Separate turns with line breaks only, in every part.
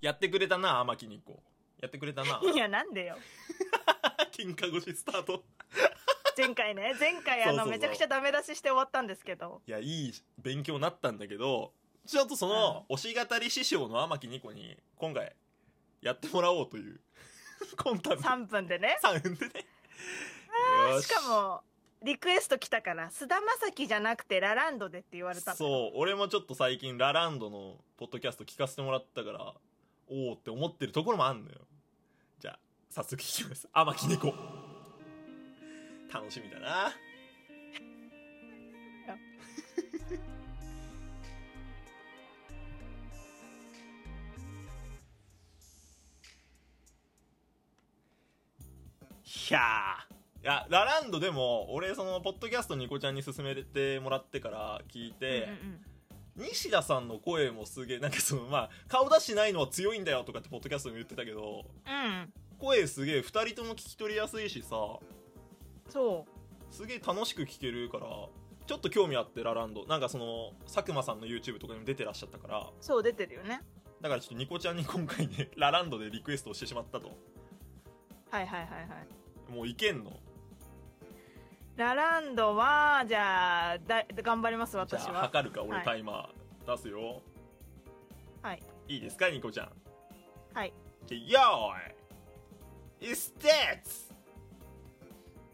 やってくれたな、天木にこやってくれたな。
いやなんでよ
金貨越しスタート。
前 回ね前回あ
そうそう
の
そう
めちゃくちゃダメ出しして終わったんですけど
いや、いい勉強になったんだけど、ちょっとその、推し語り師匠の天木にこに、今回、やってもらおうという、コンタビ
3分でね
3分でね。よ
しかもリクエスト来たから「菅田将暉じゃなくてラランドで」って言われたの
そう俺もちょっと最近ラランドのポッドキャスト聞かせてもらったからおおって思ってるところもあんのよじゃあ早速聞きます天木猫楽しみだなひゃーいやラランドでも俺そのポッドキャストニコちゃんに勧めてもらってから聞いて、
うんうん
西田さんの声もすげえなんかそのまあ顔出しないのは強いんだよとかってポッドキャストでも言ってたけど
うん、
声すげえ2人とも聞き取りやすいしさ
そ
すげえ楽しく聞けるからちょっと興味あってラランドなんかその佐久間さんの YouTube とかにも出てらっしゃったから
うそう出てるよね
だからちょっとニコちゃんに今回ね ラランドでリクエストをしてしまったと
はいはいはいはい
もういけんの
ラランドはじゃあだ頑張ります
じゃ
私
あ
は
測るか俺
はい
タイマー出すよ
はい
いいですかニコちゃん
はい
じゃあよーいステッツ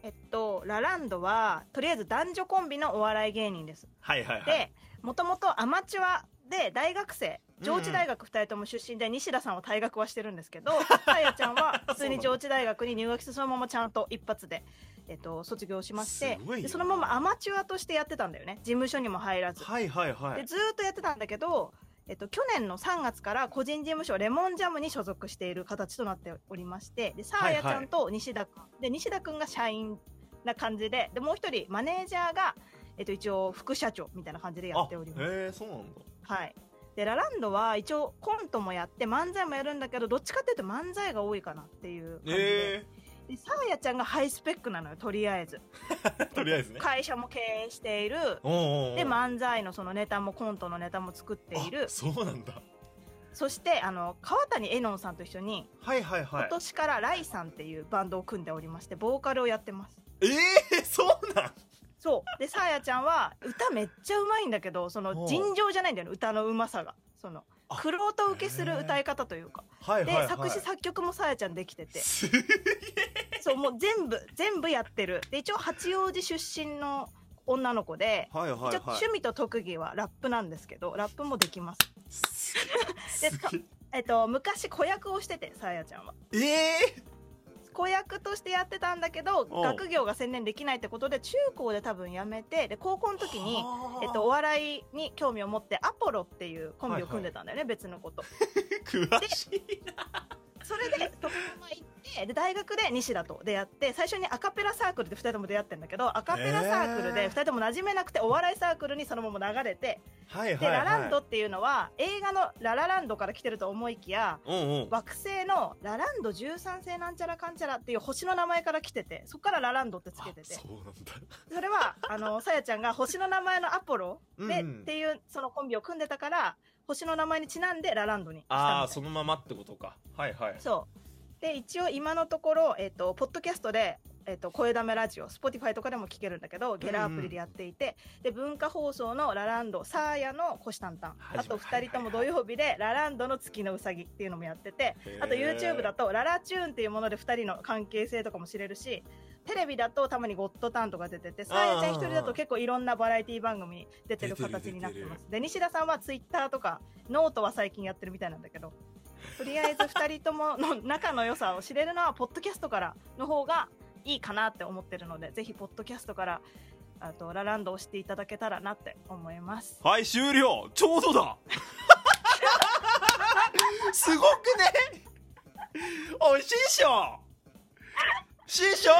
えっとラランドはとりあえず男女コンビのお笑い芸人です
はいはいはい
でもともとアマチュアで大学生上智大学2人とも出身で西田さんは退学はしてるんですけ どさやちゃんは普通に上智大学に入学してそのままちゃんと一発で、えっと、卒業しまして
すごいよ
でそのままアマチュアとしてやってたんだよね事務所にも入らず。
はいはいは
で
い
ずーっとやってたんだけど、えっと、去年の3月から個人事務所レモンジャムに所属している形となっておりましてでサーヤちゃんと西田君、で西田君が社員な感じででもう一人マネージャーが、えっと、一応副社長みたいな感じでやっております。
あへえそうなんだ
はい。で、ラランドは一応コントもやって漫才もやるんだけど、どっちかっていうと漫才が多いかなっていう感じで。
え
で、サーヤちゃんがハイスペックなのよ、とりあえず。
え とりあえずね
会社も経営している。
おうおうおう
で、漫才のそのネタもコントのネタも作っている
あ。そうなんだ
そして、あの、川谷絵音さんと一緒に、
はいはいは
今
い
年からライさんっていうバンドを組んでおりまして、ボーカルをやってます。
ええそうなん
そう。で、サーヤちゃんは、歌めっちゃうまいんだけど、そ
お
の
う
尋常じゃないんだよね、歌のうまさが。その、
あ
くろと受けする歌い方というか。
はい
で、
はいはい
作詞作曲もさやちゃんできてて
す
そうもう全部全部やってるで一応八王子出身の女の子で、
はいはい
一応
はい
趣味と特技はラップなんですけどラップもできます
す
です
げ
えっと昔子役をしててさやちゃんは
ええ
子役としてやってたんだけど
おう
学業が専念できないってことで中高で多分やめてで高校の時に
はあ
えっと、お笑いに興味を持ってアポロっていうコンビを組んでたんだよね、別のこと
詳しい
そ れで徳島行ってで大学で西田と出会って最初にアカペラサークルで2人とも出会ってんだけどアカペラサークル
へ
で
ー
2人とも馴染めなくてお笑いサークルにそのまま流れて
はい
で「ラランド」っていうのは映画の「ララランド」から来てると思いきや
うんうん
惑星の「ラランド13世なんちゃらかんちゃら」っていう星の名前から来ててそこから「ラランド」ってつけてて
あそうなんだ
それは あのさやちゃんが星の名前のアポロで
うんうん
っていうそのコンビを組んでたから星の名前にちなんで「ラランド」にしたみたい
あ
な
あそのままってことかはいはい
そう。で、一応今のところ、えっ、と、ポッドキャストで、えっ、と、声だめラジオ、Spotify とかでも聞けるんだけど、ゲラアプリでやっていて、で、文化放送のラランド、サーヤの虎視眈々、
はい
あと
はい
二人とも土曜日で、ラランドの月のうさぎっていうのもやってて、あと
へえ
YouTube だと、ララチューンっていうもので二人の関係性とかも知れるし、テレビだとたまにゴッドタンとか出てて、サーヤちゃん一人だと結構いろんなバラエティ番組に出てる形になってます。で、西田さんは Twitter とか、ノートは最近やってるみたいなんだけど、とりあえず2人ともの仲の良さを知れるのはポッドキャストからの方がいいかなって思ってるのでぜひポッドキャストからあとラランドをしていただけたらなって思い ます
はい終了ちょうどだすごくねおい師匠師匠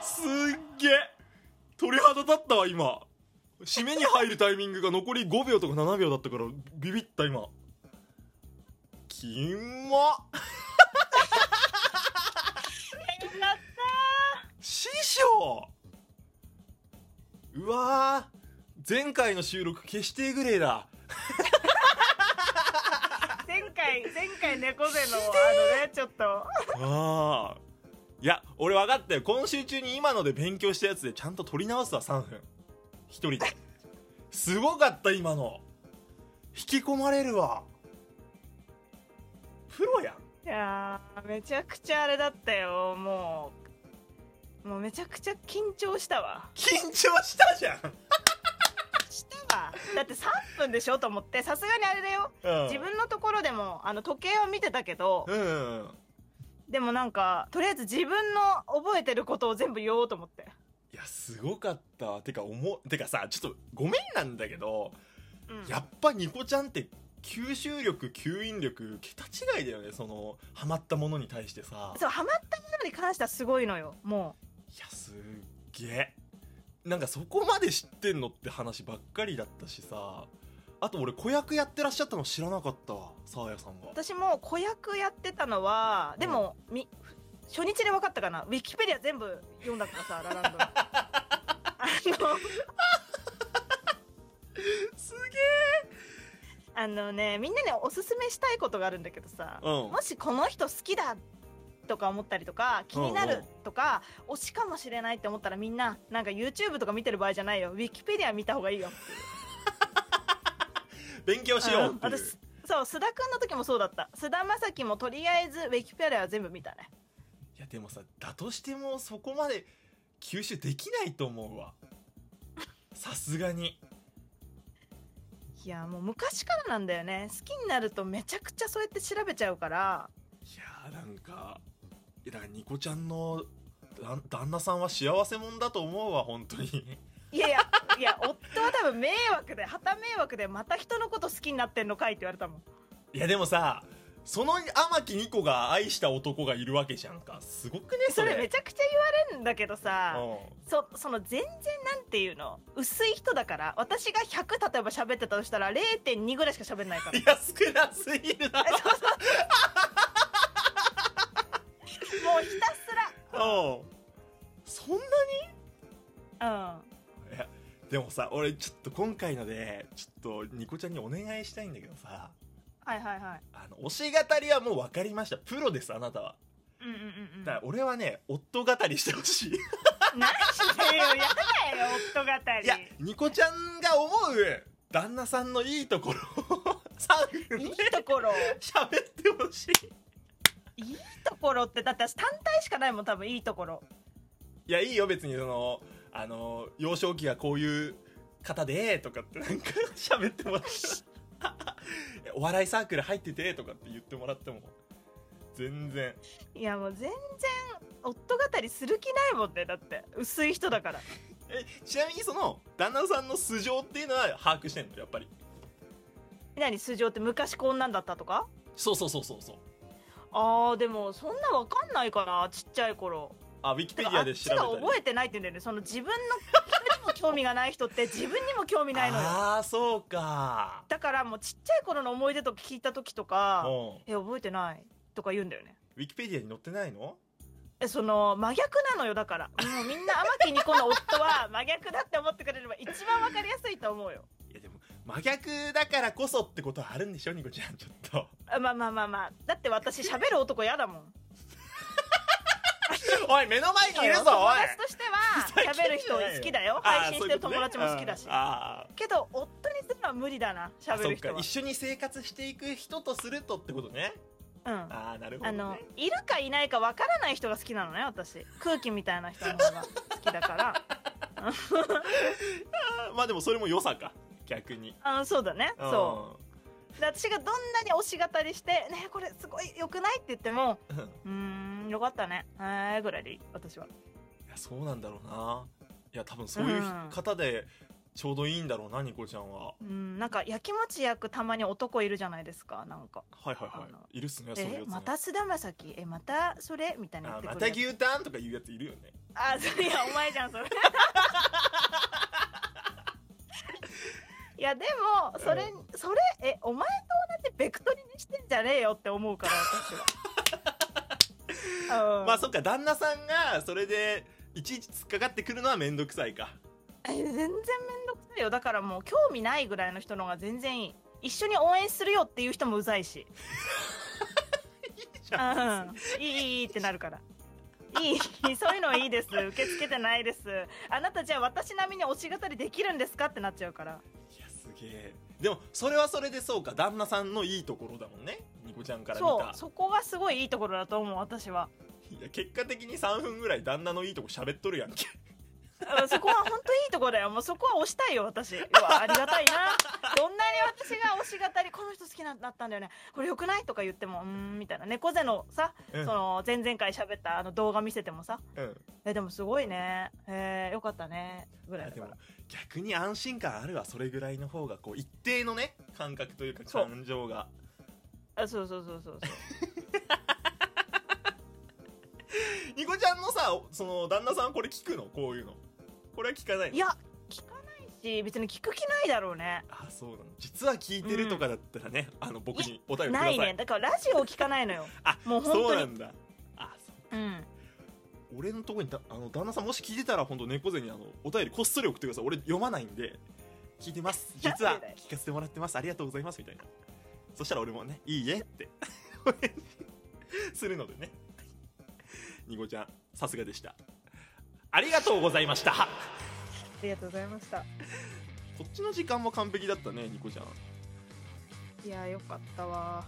すっげえ鳥肌立ったわ今締めに入るタイミングが残り5秒とか7秒だったからビビった今キンモ
やっ
師匠うわー前回の収録決してグレーだ
た前回前回ね猫背のあのねちょっと
ああいや俺分かったよ今週中に今ので勉強したやつでちゃんと取り直すわ3分一人ですごかった今の引き込まれるわプロやん
いやーめちゃくちゃあれだったよもうもうめちゃくちゃ緊張したわ
緊張したじゃん、
したわだって3分でしょと思ってさすがにあれだよ
うん、
自分のところでもあの時計を見てたけど
うんうんうん
でもなんかとりあえず自分の覚えてることを全部言おうと思って
いやすごかったてか思うてかさちょっとごめんなんだけど、
うん
やっぱニコちゃんって吸収力吸引力桁違いだよねそのハマったものに対してさ
そうハマったものに関してはすごいのよも
いやすっげえなんかそこまで知ってんのって話ばっかりだったしさあと俺子役やってらっしゃったの知らなかったわサーヤさん
う
が
私も子役やってたのはでも、み初日で分かったかなウィキペディア全部読んだからさラランドのあの
す
あのねみんなにおすすめしたいことがあるんだけどさ、
げえうん
もしこの人好きだとか思ったりとか気にな
うんう
る
ん
とか、推しかもしれないって思ったらみんななんか YouTube とか見てる場合じゃないよウィキペディア見た方がいいよ
勉強しようって
うん
いう
私そう須田くんの時もそうだった須田まさきもとりあえずウィキペディアは全部見たね
いやでもさだとしてもそこまで吸収できないと思うわさすがに
いやもう昔からなんだよね好きになるとめちゃくちゃそうやって調べちゃうから
いやーなんかいやだからニコちゃんのだ旦那さんは幸せ者だと思うわ本当に
いやいや いや夫は多分迷惑で旗迷惑でまた人のこと好きになってんのかいって言われたもん
いやでもさその天木ニコが愛した男がいるわけじゃんかすごくねそ
そ
れ
れめちゃくちゃ言われるんだけどさ、そその全然なんていうの薄い人だから私が100例えば喋ってたとしたら0.2ぐらいしか喋んないか
うん、
ら
いや少なすぎるな
もうひたす
うんそんなに
ら
いやでもさ俺ちょっと今回のでちょっとニコちゃんにお願いしたいんだけどさ
うんはいはいはい
あの推し語りはもう分かりましたプロですあなたは
うんうんうんうん
だから俺はね夫語りしてほしい
何してよやだよ夫語
いや
り、
ニコちゃんが思う旦那さんのいいところを3分で
いいところ
喋ってほしい。
いいところってだって私単体しかないもん多分いいところ
いや、いいよ、別にその、あの、幼少期がこういう方で、とかってなんか喋ってもらって。 お笑いサークル入ってて、とかって言ってもらっても。全然。
いやもう全然夫語りする気ないもんねだって薄い人だから
え、ちなみにその、旦那さんの素性っていうのは把握してんのやっぱり。
何素性って昔こんなんだったとか
そうそうそうそうそう。
あーでもそんなわかんないかなちっちゃい頃
あ、ウィキペデ
て
ィ
かあ
ア
っ
で
ち
調べ
が
たり。
覚えてないって言うんだよねその自分の人にも興味がない人って自分にも興味ないのよ
ああ、そうか。
だからもうちっちゃい頃の思い出とか聞いた時とか
うん
「え覚えてない」とか言うんだよね
ウィキペディアに載ってないの
えその真逆なのよだからもうみんな天木にこの夫は真逆だって思ってくれれば一番わかりやすいと思うよ
いやでも真逆だからこそってことはあるんでしょニコちゃんちょっ と
あまあまあまあまあだって私喋る男嫌だもん
おい目の前にいるぞ
友
お
達
い
としては喋る人好きだよ配信してる友達も好きだし
あ
けど夫にするのは無理だな
ーそう
喋
い
る
うことねうんあーそっか
人は
一緒に生活していく人とするとってことね
うん
ああなるほど、
あ
ね、
のいるかいないかわからない人が好きなのね私空気みたいな人の方が好きだか
あーまあでもそれも良さか逆に
らあそうだねそううで私がどんなに推し語りして「ねえこれすごい良くない?」って言っても
ん、 い
「うーんよかったねはーい」ぐらいでいい私は
やそうなんだろうないや多分そういう方でちょうどいいんだろうなニコちゃんは
うんなんかやきもち焼くたまに男いるじゃないですかなんか
はいはいは
あの
いいるっすね
「
そういうや
え
つ、ね、
また須田まさきえまたそれ?」みたいな言
あ
っ
ーま
てく
た
るやつ
牛タンとかいうやついるよね
あそれいやお前じゃんそれ いやでもそれ、それえお前と同じベクトリにしてんじゃねえよって思うから私 は、うん、
まあそっか旦那さんがそれでいちいち突っかかってくるのは面倒くさいか
え全然めんどくさいよだからもう興味ないぐらいの人の方が全然いい一緒に応援するよっていう人もうざいしうん、いいいいいいってなるから。いい、そういうのはいいです。受け付けてないです。あなたじゃあ私並みに推し語りできるんですかってなっちゃうから。
いやすげえでもそれはそれでそうか旦那さんのいいところだもんねニコちゃんから見
そ
た
う、そこがすごいいいところだと思う、私は。
いや結果的に3分ぐらい旦那のいいとこ喋っとるやんけ
うんそこは本当いいところだよ。もうそこは推したいよ、私。うわありがたいな。どんなに私が推し語り、この人好きなんだったんだよね。これ良くないとか言っても、うーん、みたいな。猫背のさ、
うん
その、前々回喋ったあの動画見せてもさ、
うん
え、でもすごいね。えー、よかったね。ぐらいだ
で
か
も
ら。
逆に安心感あるわそれぐらいの方がこう一定のね感覚というか
そう
感情が
あ、そうそうそうそうそう。
ニコちゃんのさその旦那さんこれ聞くのこういうのこれは聞かないの
いや、聞かないし、別に聞く気ないだろうね。
あそうなの実は聞いてるとかだったらね、あの僕にお便りくだ
な
さい
いね。だからラジオを聞かないのよ。
あ
もう本当に
そうなんだあそう
うん。
俺のとこにだあの旦那さんもし聞いてたら本当猫背にあのお便りこっそり送ってください俺読まないんで聞いてます実は聞かせてもらってますありがとうございますみたいなそしたら俺もねいいえって お返事するのでねニコちゃんさすがでしたありがとうございました
ありがとうございました。
こっちの時間も完璧だったねニコちゃん
いや、よかったわ。